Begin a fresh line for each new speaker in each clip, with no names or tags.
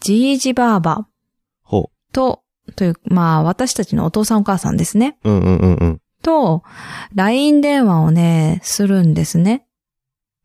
ジージバーバ
ほ
と、という、まあ、私たちのお父さんお母さんですね。
う。うんうんうんうん。
と、LINE 電話をね、するんですね。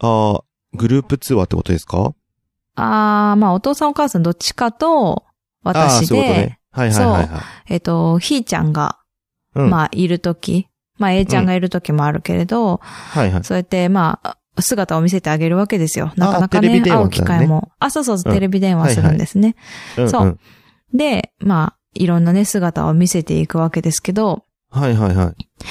ああ、グループ通話ってことですか
あー、まあ、お父さんお母さんどっちかと、
ああ、
私
そういうこと
で、
ね。はいはいはいはい。
えっと、ひーちゃんが、
うん。
まあ、いるとき、まあ、A ちゃんがいるときもあるけれど、
はいはい。
そうやって、まあ、姿を見せてあげるわけですよ。なかなか
テレ
ね、
ビ電
会
話
う機会も。あ、そうそうそう、
うん
テレビ電話するんですね。
うん。
そうんで、まあ、いろんなね、姿を見せていくわけですけど、
はいはいはい。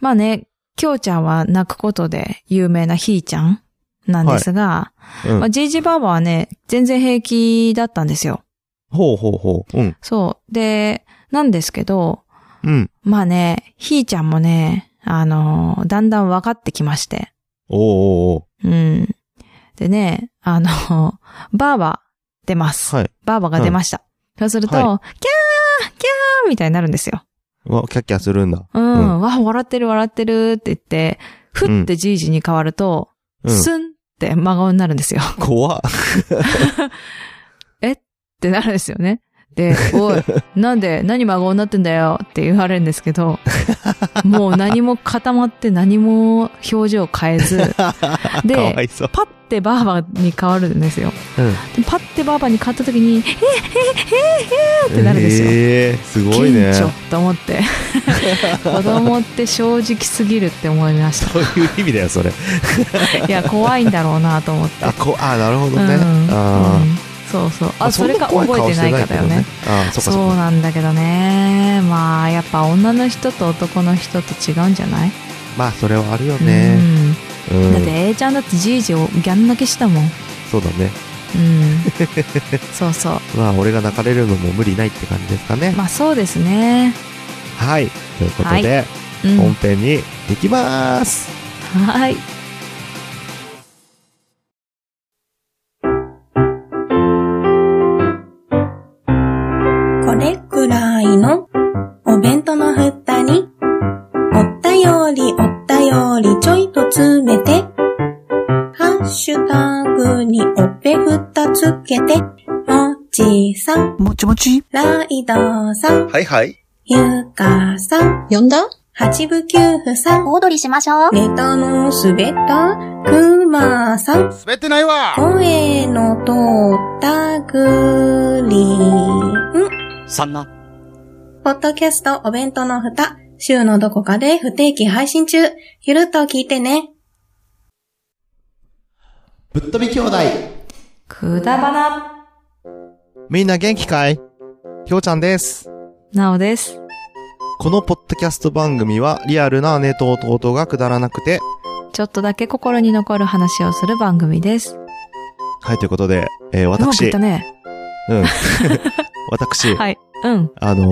まあね、きょうちゃんは泣くことで有名なひーちゃんなんですが、
うん
まあ、ジージバーバーはね、全然平気だったんですよ。
ほうほうほう。うん。
そう。で、なんですけど、
うん。
まあね、ひーちゃんもね、あのーだんだん分かってきまして。
おうおう
うん。でね、あの、バー バー出ます。
はい
バーバーが出ました。そうすると、
はい
キャーキャーみたいになるんですよ。
おう。わ、キャッキャするんだ。
うん。
うん
わ、笑ってる笑ってるって言って、ふってじいじに変わると、
うん。
スンって真顔になるんですよ。っ
怖っ。
てなるんですよね。で、お い、なんで、何真顔になってんだよって言われるんですけど、もう何も固まって何も表情変え ず、で
かわいそう。
パッてバーバーに変わるんですよ。
うん。
パッてバーバーに買った時に、ええええええってなるんですよ。
ええ、すごいね。
緊張と思 って。子供って正直すぎるって思いまし
そういう意味だよ、それ。
た。いや、怖いんだろうなと思って。
あ、こあ、なるほど
うん
ね。あ
う
ー
んそうそう。あ、そ
んな
れか
怖
覚え
顔
て
し
ないかだよね。
けど。あー、そっか
そ
そっ
う
か。
なんだけどね。まあ、やっぱ女の人と男の人と違うんじゃない
まあ、それはあるよね。う
うん。だっ
ん。
て A ちゃんだってじいじをギャン泣きしたもん。う ん。
そうだね。
そうそう。
まあ、俺が泣かれるのも無理ないって感じですかね。
まあ、そうですね。
はい。ということで、
うん。
本編に行きまーす。
はい。
これくらいのお弁当のふたに、おったよりおったよりちょいと詰めて、ハッシュタグにおべふたつけて、もちさん、
もちもち
ライドさん、
はいはい。
ゆかさん、
呼んだ
八部九夫さん、
大踊りしましょう。
ネタのすべた、くまさん、
滑ってないわ
声のとったぐりん。
さんな。
ポッドキャストお弁当の蓋、週のどこかで不定期配信中。ゆるっと聞いてね。
ぶっ飛び兄弟
くだばな。
みんな元気かいひょうちゃんです。
なおです。
このポッドキャスト番組は、リアルな姉と弟がくだらなくて、
ちょっとだけ心に残る話をする番組です。
はい、ということで、えー、
うまくい
私、
ったね。
うん。 私、
はい。うん。
あの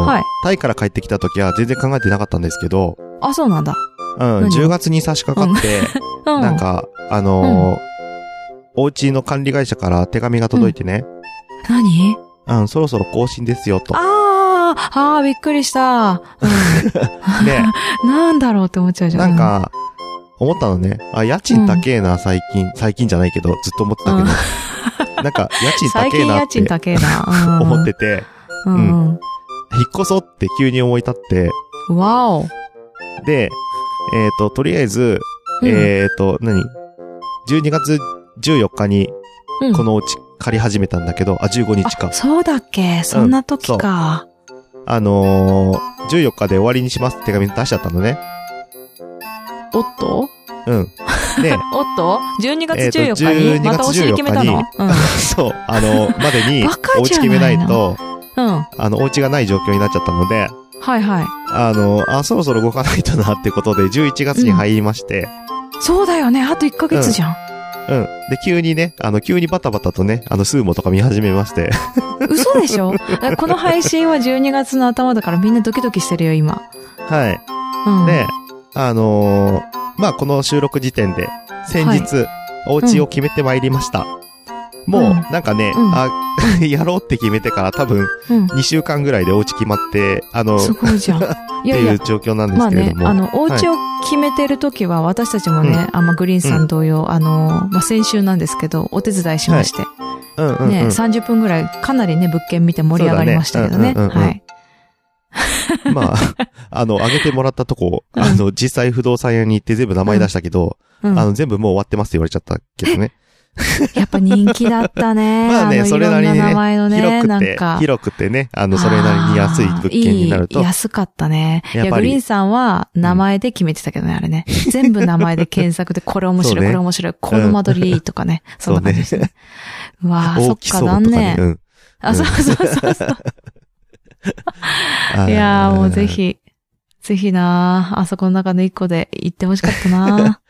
ー
はい。
タイから帰ってきた時は全然考えてなかったんですけど、
あ、そうなんだ。
うん、
何
10月に差し掛かって、
うん。
なんか、あのーお家の管理会社から手紙が届いてね、
何
うん、そろそろ更新ですよ、と。
あー、あー、びっくりした。うん
で、
なんだろうって思っちゃうじゃ。
なんん、か、思ったのね。あ、家賃高えな、最近。最近じゃないけど、ずっと思ってたけど。 なんか、家賃
最
高え
近
な
家
っ
賃
て
高えな。うん
思って。て、
うん。
引っ越そうって急に思い立って、
わお。
で、えっ、と、とりあえず、
うん
えっ、と、何 ?12 月14日に
うん
このお家借り始めたんだけど、あ、15日か
あ、。そうだっけそんな時か。
あのー、14日で終わりにしますって手紙出しちゃったのね。
おっと
うん。で、
おっと ?12 月
えー
14
と
日にまたお尻決めたのうん。
そう、あのー、までに
バカ、
お
じ
家
ゃない
決めないと、
うん。
あの、お家がない状況になっちゃったので、
はいはい。
あの、あ、そろそろ動かないとなってことで、11月に入りまして、
そうだよね。あと1ヶ月じゃん。
うん、で、急にね、あの、急にバタバタとね、あの、スーモとか見始めまして、
嘘でしょこの配信は12月の頭だからみんなドキドキしてるよ、今。
はい。
うん。
で、あのーまあ、この収録時点で、先日、お家を決めてまいりました。もう、
うん
なんかね、
うん
あ、 やろうって決めてから多分、
うん。
2週間ぐらいでお家決まって、あの、
す
っ
ごいじゃん。い
て
やい
い
や
う、状況なんで
ますあ
けれど
ね、
も。
あの、お家を決めてるときは、私たちもね、あんまグリーンさん同様、あの、まあ、先週なんですけど、お手伝いしまして、
うんうん、うん。
ね、30分ぐらいかなりね、物件見て盛り上がりましたけどね。
そうだねうんうんうんうん
はい。
まあ、あの、上げてもらったとこ、
うん
あの、実際不動産屋に行って全部名前出したけど、
うん
あの、全部もう終わってますって言われちゃったけどね。
やっぱ人気だったね。
まあね
の
それなりにね
いろん名前のね、
広
な
く
ん
て
か、。
広くてね、あの、それなりに安い物件になる
あー
と
いい、安かったね。い
やっ
や、
ぱ
グ
り
リーンさんは名前で決めてたけどね、あれ ね。全部名前で検索で、これ面白い、
そうね
これ面白い、この間取りいいとかね。そんな感じでしたね。うわー、そ
大
っ
き
か、
そうとか
残
ね。
念。
うん
あ、そうそうそう そう。
あー
いやー、もうぜ。ひ、ぜひなー、あそこの中の一個で行ってほしかった な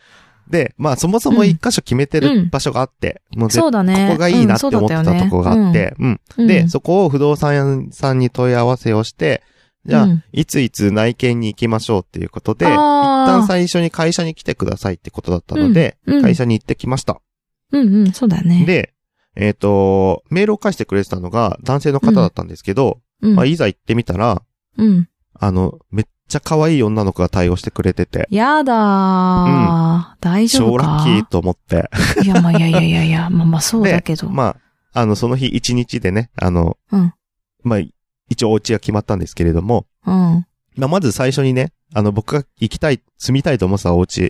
で、まあ、そもそも一箇所決めて
うん
る場所があって、もう
ー。
絶
そうだね。
ここがいいなって思ってたとこがあっ
うん、
て、うん。
そうだったよねうんう
で、
ん
そこを不動産屋さんに問い合わせをして、じゃあ、
うん
いついつ内見に行きましょうっていうことで、
あ
一
ー
旦最初に会社に来てくださいってことだったので、
うんうん
会社に行ってきました。
うんうん、そうだね。
で、えっ、と、メールを返してくれてたのが男性の方だったんですけど、
うん、
まあ、いざ行ってみたら、
うん。
あの、めっちゃ可愛い女の子が対応してくれてて、
やだー。大丈夫か
超ラッキーと思って、
いや、まあ、いやいやいやいや、まあ まあ、そうだけど。
まあ、あの、その日一日でね、あの、
うん
まあ、一応お家が決まったんですけれども、
うん。
まあ、まず最初にね、あの、僕が行きたい、住みたいと思ってたお家、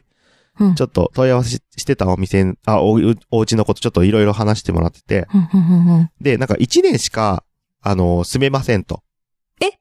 うん
ちょっと問い合わせししてたお店、あ、お、お家のことちょっといろいろ話してもらってて、
ふんふんふんふん
で、なんか1年しか、あの、住めませんと。
え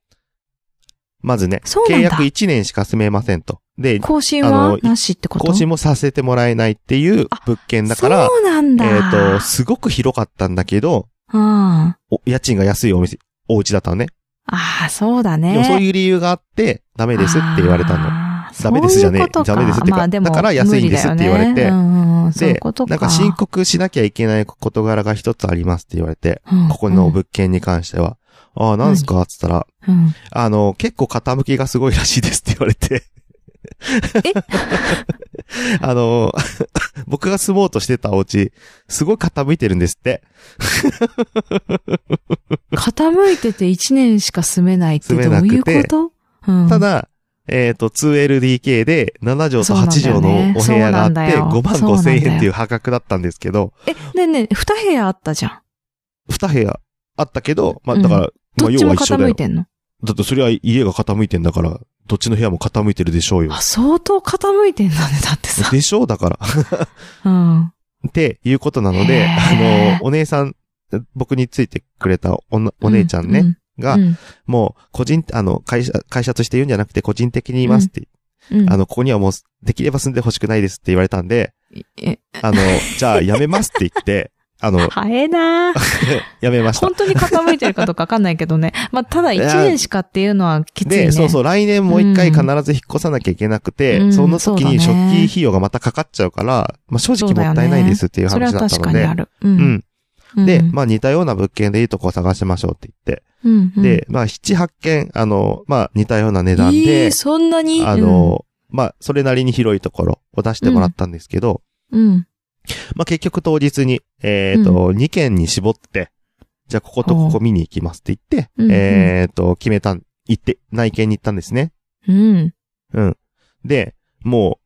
まずね、
そうなん
契
だ
約1年しか住めませんと。で、
更新
あ
は
の
なしってこと
更新もさせてもらえないっていう物件だから、
そうなんだ。
えっ、と、すごく広かったんだけど、
うん。あ
お家賃が安いお店、お家だったのね。
あ、そうだね。
でもそう
う
いう理由があって、ダメですって言われたの。
の
ダメですじゃねえダメですってか
まあでも
だから安いんですって言わ
無
れて
理だよねうんうん、そういう
で
こと、か。
なんか申告しなきゃいけない事柄が一つありますって言われて、
うん、
ここの物件に関しては。ああ、なんすかっつったら、
うん、うん
あの、結構傾きがすごいらしいですって言われて。 あの、僕が住もうとしてたお家、すごい傾いてるんですって。
傾いてて1年しか住めないって
住め
ど
な
ういう
くて
ことうん
ただ、えっ、と、2LDK で7畳と
そうなん
8
だよね
畳のお部屋があっ
そうなん
て、
だよ
5万
そうなん
5
だよ
千円っていう破格だったんですけど、
え、ねえねえ、2部屋あったじゃん。
2部屋あったけど、まあ、
うん
だから、ま
ど
あ、
っ
要
ち
は
も
一緒
傾
だよ
い。てんの
だってそれは家が傾いてんだから、どっちの部屋も傾いてるでしょうよ
あ、。相当傾いてんだね、だってさ。
でしょうだから。
うん。
っていうことなので、
へー
あの、お姉さん、僕についてくれたおなお姉ちゃんね、
うん。
が、
うん
もう、個人、あの、会社、会社として言うんじゃなくて、個人的に言いますって、
うん
あの、ここにはもう、できれば住んでほしくないですって言われたんで、
え、
あの、じゃあ、やめますって言 って、あの、
早えなー
やめました
本。当に傾いてるかどうかわかんないけどね。まあ、ただ1年しかっていうのはきついね。。
で、そうそうう、来年もう一回必ず引っ越さなきゃいけなくて、
うん
その時に
そ
食
うだね
器費用がまたかかっちゃうから、まあ、正
そ
直
うだよ
も
ね
ったいないですっていう
それ
話
は
だった
確
の
かに
で
あ、る。う。
うんん。で、
うん
まあ、似たような物件でいいとこを探しましょうって言って、
うんうん
で、まあ、七八件、あの、まあ、似たような値段
え
で、
ーそんなに
あ、の、まあ、それなりに広いところを出してもらったんですけど、
うん。
まあ、結局当日に、えっ、と、二2件に絞って、じゃあ、こことここ見に行きますって言って、
うんうん
えっ、と、決めたん、行って、内見に行ったんですね。
うん。
うん。で、も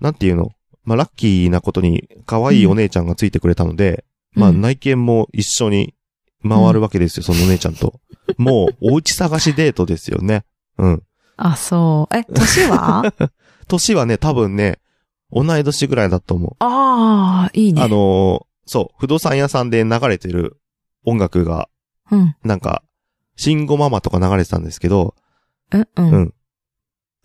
う、なんていうのまあ、ラッキーなことに、可愛いお姉ちゃんがついてくれたので、まあ、
うん
内見も一緒に回るわけですよ、そのお姉ちゃんと。 もう、お家探しデートですよね。うん。
あ、そう。え、年 は
年はね、多分ね、同い年ぐらいだと思。
ああ、いいうね。
あのーそう、不動産屋さんで流れてる音楽が、
うん。
なんか、慎吾ママとか流れてたんですけど、
え、う。
うんん。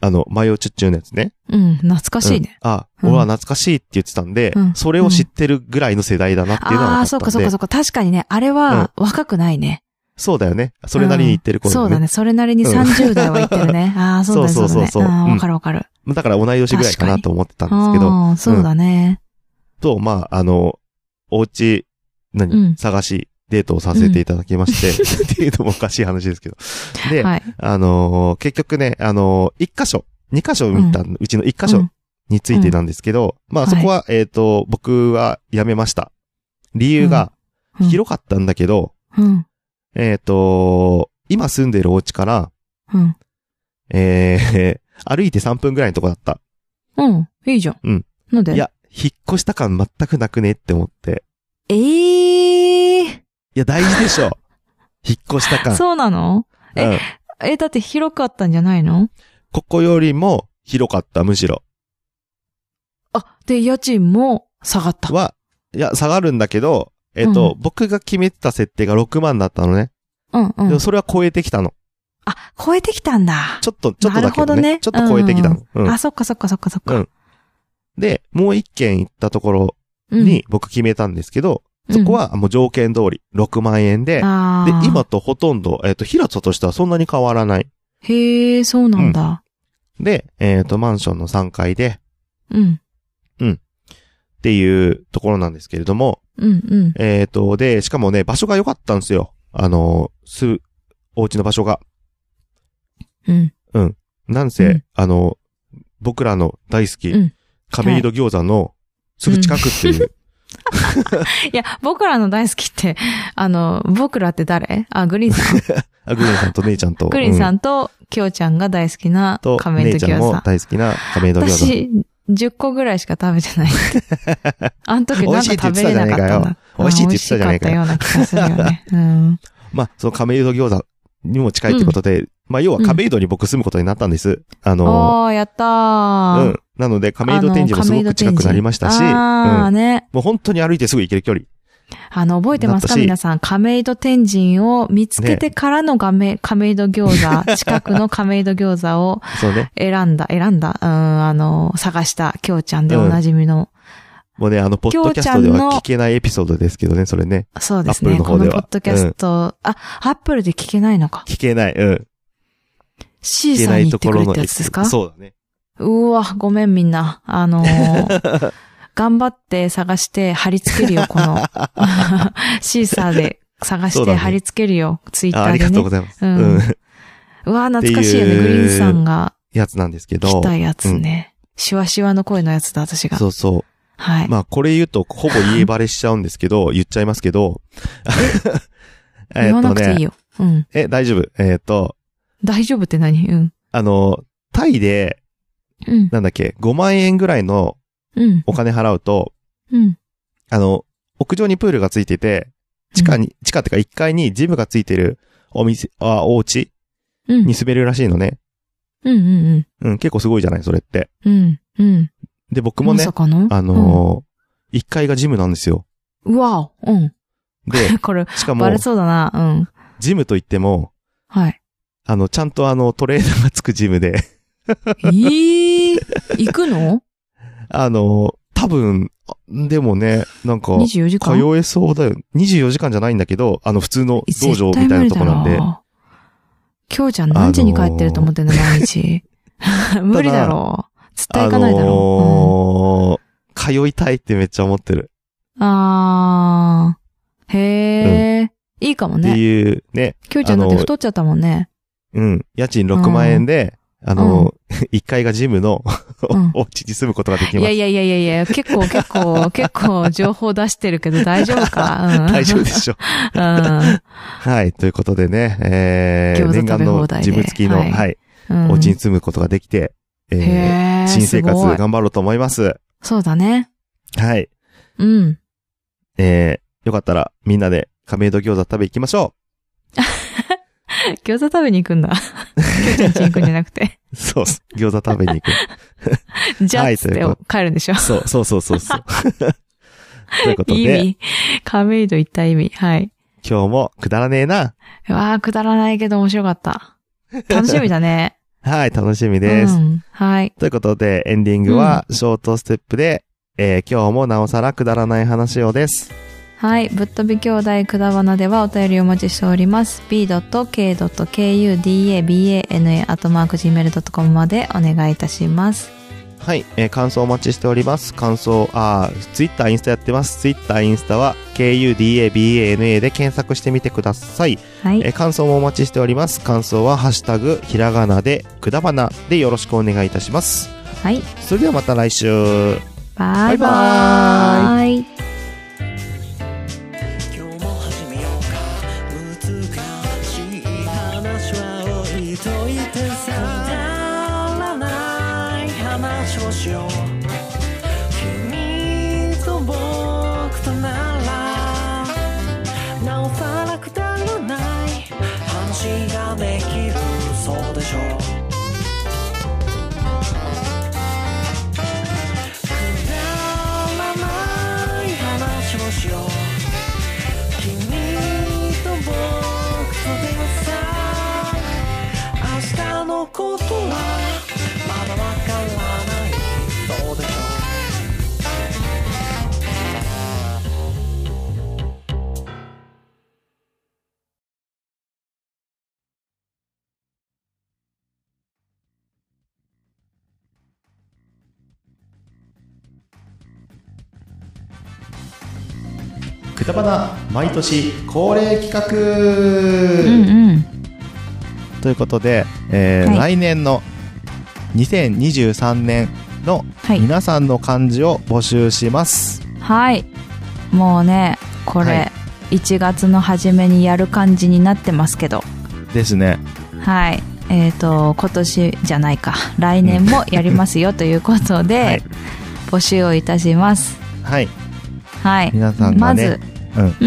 あの、マヨチュッチュのやつね。
うん。懐かしいね。
うんあ、
うん
俺は懐かしいって言ってたんで、
うん
それを知ってるぐらいの世代だなっていうのは
ああー、
分か
そう
ったんで
かそうかそうか。確かにね、あれは若くないね。
そうだよね。それなりに言ってる
うん
頃
そうだね。それなりに30代は言ってる ね。ああ、そうだね。
そうそうそうそう
だねあー
うん
わかるわかる。
だから同い年ぐらいかなと思ってたんですけど、
あーそうだね。
と、まあ、あの、お家、何、
うん
探し、デートをさせていただきまして、 っていうのもおかしい話ですけど。で、
はい。
あのー結局ね、あのー一箇所、二箇所見た、うちの一箇
う
所
ん
についてなんですけど、まあ
はい
そこは、えっ、と、僕は辞めました。理由が、
うん
広かったんだけど、
うん。
えっ、と、今住んでるお家から、
うん。
えー 歩いて3分ぐらいのとこだった。
うん。いいじゃん。
うん。
なんで
いや、引っ越した感全くなくねって思って。
ええー。
いや、大事でし ょ。引っ越した感。
そうなのえ
うん
え、だって広かったんじゃないの
ここよりも広かった、むしろ。
あ、で、家賃も下がった。
は、いや、下がるんだけど、えっ、と、僕が決めてた設定が6万だったのね。
うんう
で
ん
も。それは超えてきたの。
あ、超えてきたんだ。
ちょっと、ちょっとだけどね。
なるほどね
ちょっと超えてきたの。うん
あ、そっかそっかそっかそっか。
で、もう一軒行ったところ
うん
に、僕決めたんですけど、そこはもう条件通り6万円で、
あ
で
ー、
今とほとんど、えっ、と、平田としてはそんなに変わらない。
へえ、そうなんだ。
で、えっ、と、マンションの3階で、
うん。
っていうところなんですけれども、
うんうん。
えっ、と、で、しかもね、場所が良かったんですよ。あの、す、お家の場所が。
うん。
なんせ、
うん
あの、僕らの大好き、
うん
亀戸餃子のすぐ近くっていう、
いや、僕らの大好きって、あの、僕らって誰あ、グリーンさん。
あグリーンさんと姉ちゃんと、
グリーンさ
うん、
と、きょうちゃんが大好きなん
と、
仮面
姉
と
ち
き
ゃ
ょ
ん
う
も
さん。
大好きな亀戸餃子。
私、10個ぐらいしか食べてない。 あの時なんか食べれなかったんだ。
美味しいって言ってたじゃないかよ
あ美味しかったような気がするよね。
まあ、その亀戸餃子にも近いってことで、まあ、要は亀戸に僕住むことになったんです。あ
うん。
の、
おー、やった
う
ー。
ん。なので、亀戸展示もすごく近くなりましたし、
あー
うん
ね。
もう本当に歩いてすぐ行ける距離。
あの、覚えてます
なっ
か
たし
皆さん、亀戸天神を見つけてからの亀、亀戸餃子、近くの亀戸餃子を
そうね。
選んだ、選んだ、うん、あの、探した、きょうちゃんでおなじみの、
もうね、あの、ポッドキャストで
きょうちゃん
は
の
聞けないエピソードですけどね、それね。
そうです
Apple
ね、
の
こ
方
の
で
ポ
は
ッドキャスト、あ、アップルで聞けないのか。
聞けない。うん。
シ
聞
ー
け
さ
なんい
に行
と
って
こ
くれ
ろ
っ
の
てやつですか
そうだね。
うわ、ごめんみんな。あの ー頑張って探して貼り付けるよ、この。シーサーで探
そ
し
う
て
だね
貼り付けるよ、ツイッ
あ
タ
あり
ー
がと
で
う
ね。
ございます。
う
うんん。
うわ、懐かしいよね、
って
グ
いう
リーンさんが
やつなんですけど
来。たやつね。シワシワの声のやつだ、私が。
そうそ
は
う。
い。
まあ、これ言うと、ほぼ家バレしちゃうんです けど、言っちゃいますけど。
言わなくていい
よ。
よ。うん。
え、大丈夫。えっと、
大丈夫って何うん。
あの、タイで、
うん。
なんだっけ、5万円ぐらいの
うん。
お金払うと、
うん。
あの、屋上にプールがついてて、地下に、地下ってか1階にジムがついてるお店、あ、お家
うん。うん
に。住めるらしいのね。
うん。うん。
うん、結構すごいじゃない、それって。
うん。うん。
で、僕も
ま
ね
さ、かの
あのー、1階がジムなんですよ。
うんうわお。うん。
で、
これ、
しかも
バレ、そうだな。うん。
ジムといっても、
はい。
あの、ちゃんとあの、トレーナーがつくジムで、
ええ行くの
あの、多分、でもね、なんか、通
?24 時間
えそうだよ。24時間じゃないんだけど、あの、普通の道場みたいなとこなんで。。
きょうちゃん何時に帰ってると思ってんの、毎日。 無理だろう。絶対
あ
行かないだろ
のー、通いたいってめっちゃ思ってる。
う。うん、あー。へえ、いいかも
って
ね。
いう、ね、
きょうちゃんだって
あの
太っちゃったもんね。
うん、家賃6万円で、あの、1 階がジムの、
うん
お家に住むことができ
い
ま
や
す。
いやいやいやいや、結構結 構、結構情報出してるけど大丈夫か、うん、
大丈夫 でしょう。
うん。
はい。ということでね、え
餃
ー、
子
念願の
食べ放題で
ジム付きの、
は
はいい、
うん。
お家に住むことができて、え
へ
ー、
ー
新生活
すごい
頑張ろうと思います。
そうだね。
はい。
うん。
えー、よかったらみんなで亀戸餃子食べ行きましょ
餃子食べに行 くんだ。きょうちゃんち行くんじゃなくて。
う。そうっす。餃子食べに行く。
じゃあ
は
っ
い
つって
というこ
帰るんでしょ。
そう、そうそうそう そう。ということ
意
で、
味。亀戸行った意味。はい。
今日もくだらねえな。
うわあ、くだらないけど面白か った。楽しみだね。
はい、楽しみです。
うん。はい。
ということで、エンディングはショートステップで、えー、今日もなおさらくだらない話をです。
はい。ぶっ飛び兄弟くだばなではお便りをお待ちしております。b.k.kudabana.gmail.com までお願いいたします。
はい、えー感想お待ちしております。感想、あツイッター、Twitter インスタやってます。ツイッター、インスタは KUDABANA で検索してみてください。
はい。
えー感想もお待ちしております。感想はハッシュタグ、ひらがなで、くだばなでよろしくお願いいたします。
はい。
それではまた来週。
バイ
バイバ
バーイ。
今日も始めようか難しい話は置いといてさくだらない話をしよう君と僕とならなおさはできるそうでしょうくだらない話をしよう君と僕とでさ明日のことはまだわからないそうでしょう
くだばな毎年恒例企画、
うんうん。
ということで、えー
はい
来年の2023年の
はい
皆さんの漢字を募集します。
はい。もうね、これ、
はい
1月の初めにやる感じになってますけど。
ですね。
はい。えっ、と、今年じゃないか。来年もやりますよということで、
はい
募集をいたします。
はい。
はい。
皆さんがね、
まず、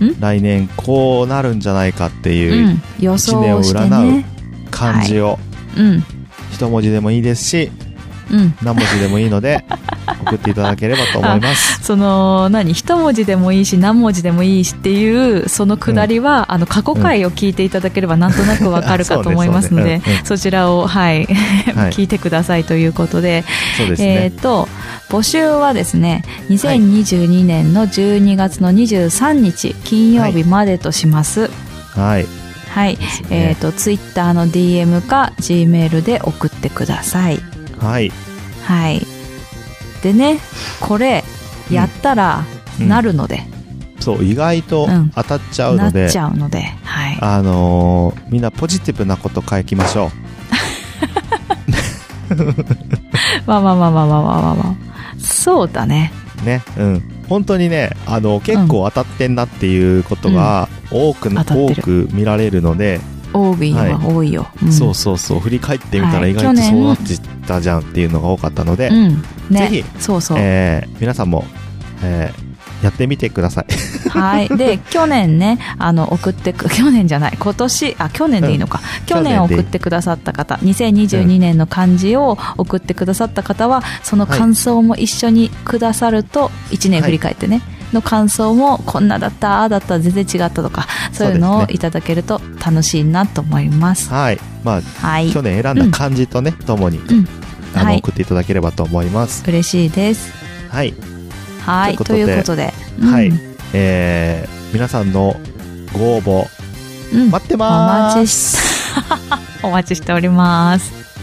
うん。
来年こうなるんじゃないかって
う。
いうん
予想をしてね。
漢字を
うん。
一文字でもいいですし、
うん。
何文字でもいいの で送っていただければと思います。
その何一文字でもいいし何文字でもいいしっていうそのくだりは、あの過去回を聞いていただければなんとなくわかる
あそう
かと
ね
思いますので
そうねうんうん
そちらを、はい
はい
聞いてくださいということで
そうです
えっ、
ね。
と募集はですね2022年の12月の23日金曜日までとします。
はい。
はい、
です
えっ、
ね
とツイッターの DM か G メールで送ってください。
はい。
はい。でね、これ、やったら、
うん
なるので、
そう、意外と
うん
当たっちゃう
な
の
っ
で、
ちゃうので、はい。
あのーみんなポジティブなこと書きましょ
まあまあまあまあまあまあまあまあ。そうだね。
う。ね。うん。本当にね、あの、結構当たってんなっていうことが多く、
当たって
多
る
く見られるので、
OB は多いよ。うん、
そうそうそう、振り返ってみた
は
ら
い
意外と
去年
そうなってたじゃんっていうのが多かったので、
うん。ね。
ぜ
そうそう。
えー皆さんも、えーやってみてください。
はい。で、去年ね、あの、送ってく、 去年じゃない、今年、あ、去年でいいのか。去年
去年でいい
送ってくださった方、2022年の漢字を送ってくださった方は、その感想も一緒にくださると、1年振り返ってね、の感想も、こんなだった、ああだった、全然違ったとか、そういうの
そ
を
うですね
いただけると楽しいなと思います。
はい。まあ、
はい
去。年選んだ漢字とね、ともに、
ん
あの、
はい
送っていただければと思います。
嬉しいです。
はい。
はい。
と
と
い
いうう
こ
こととで、
はい
うん。
えー皆さんのご応募、
うん
待って
お
ま
待
ー
ち
す。
しお待ちしております。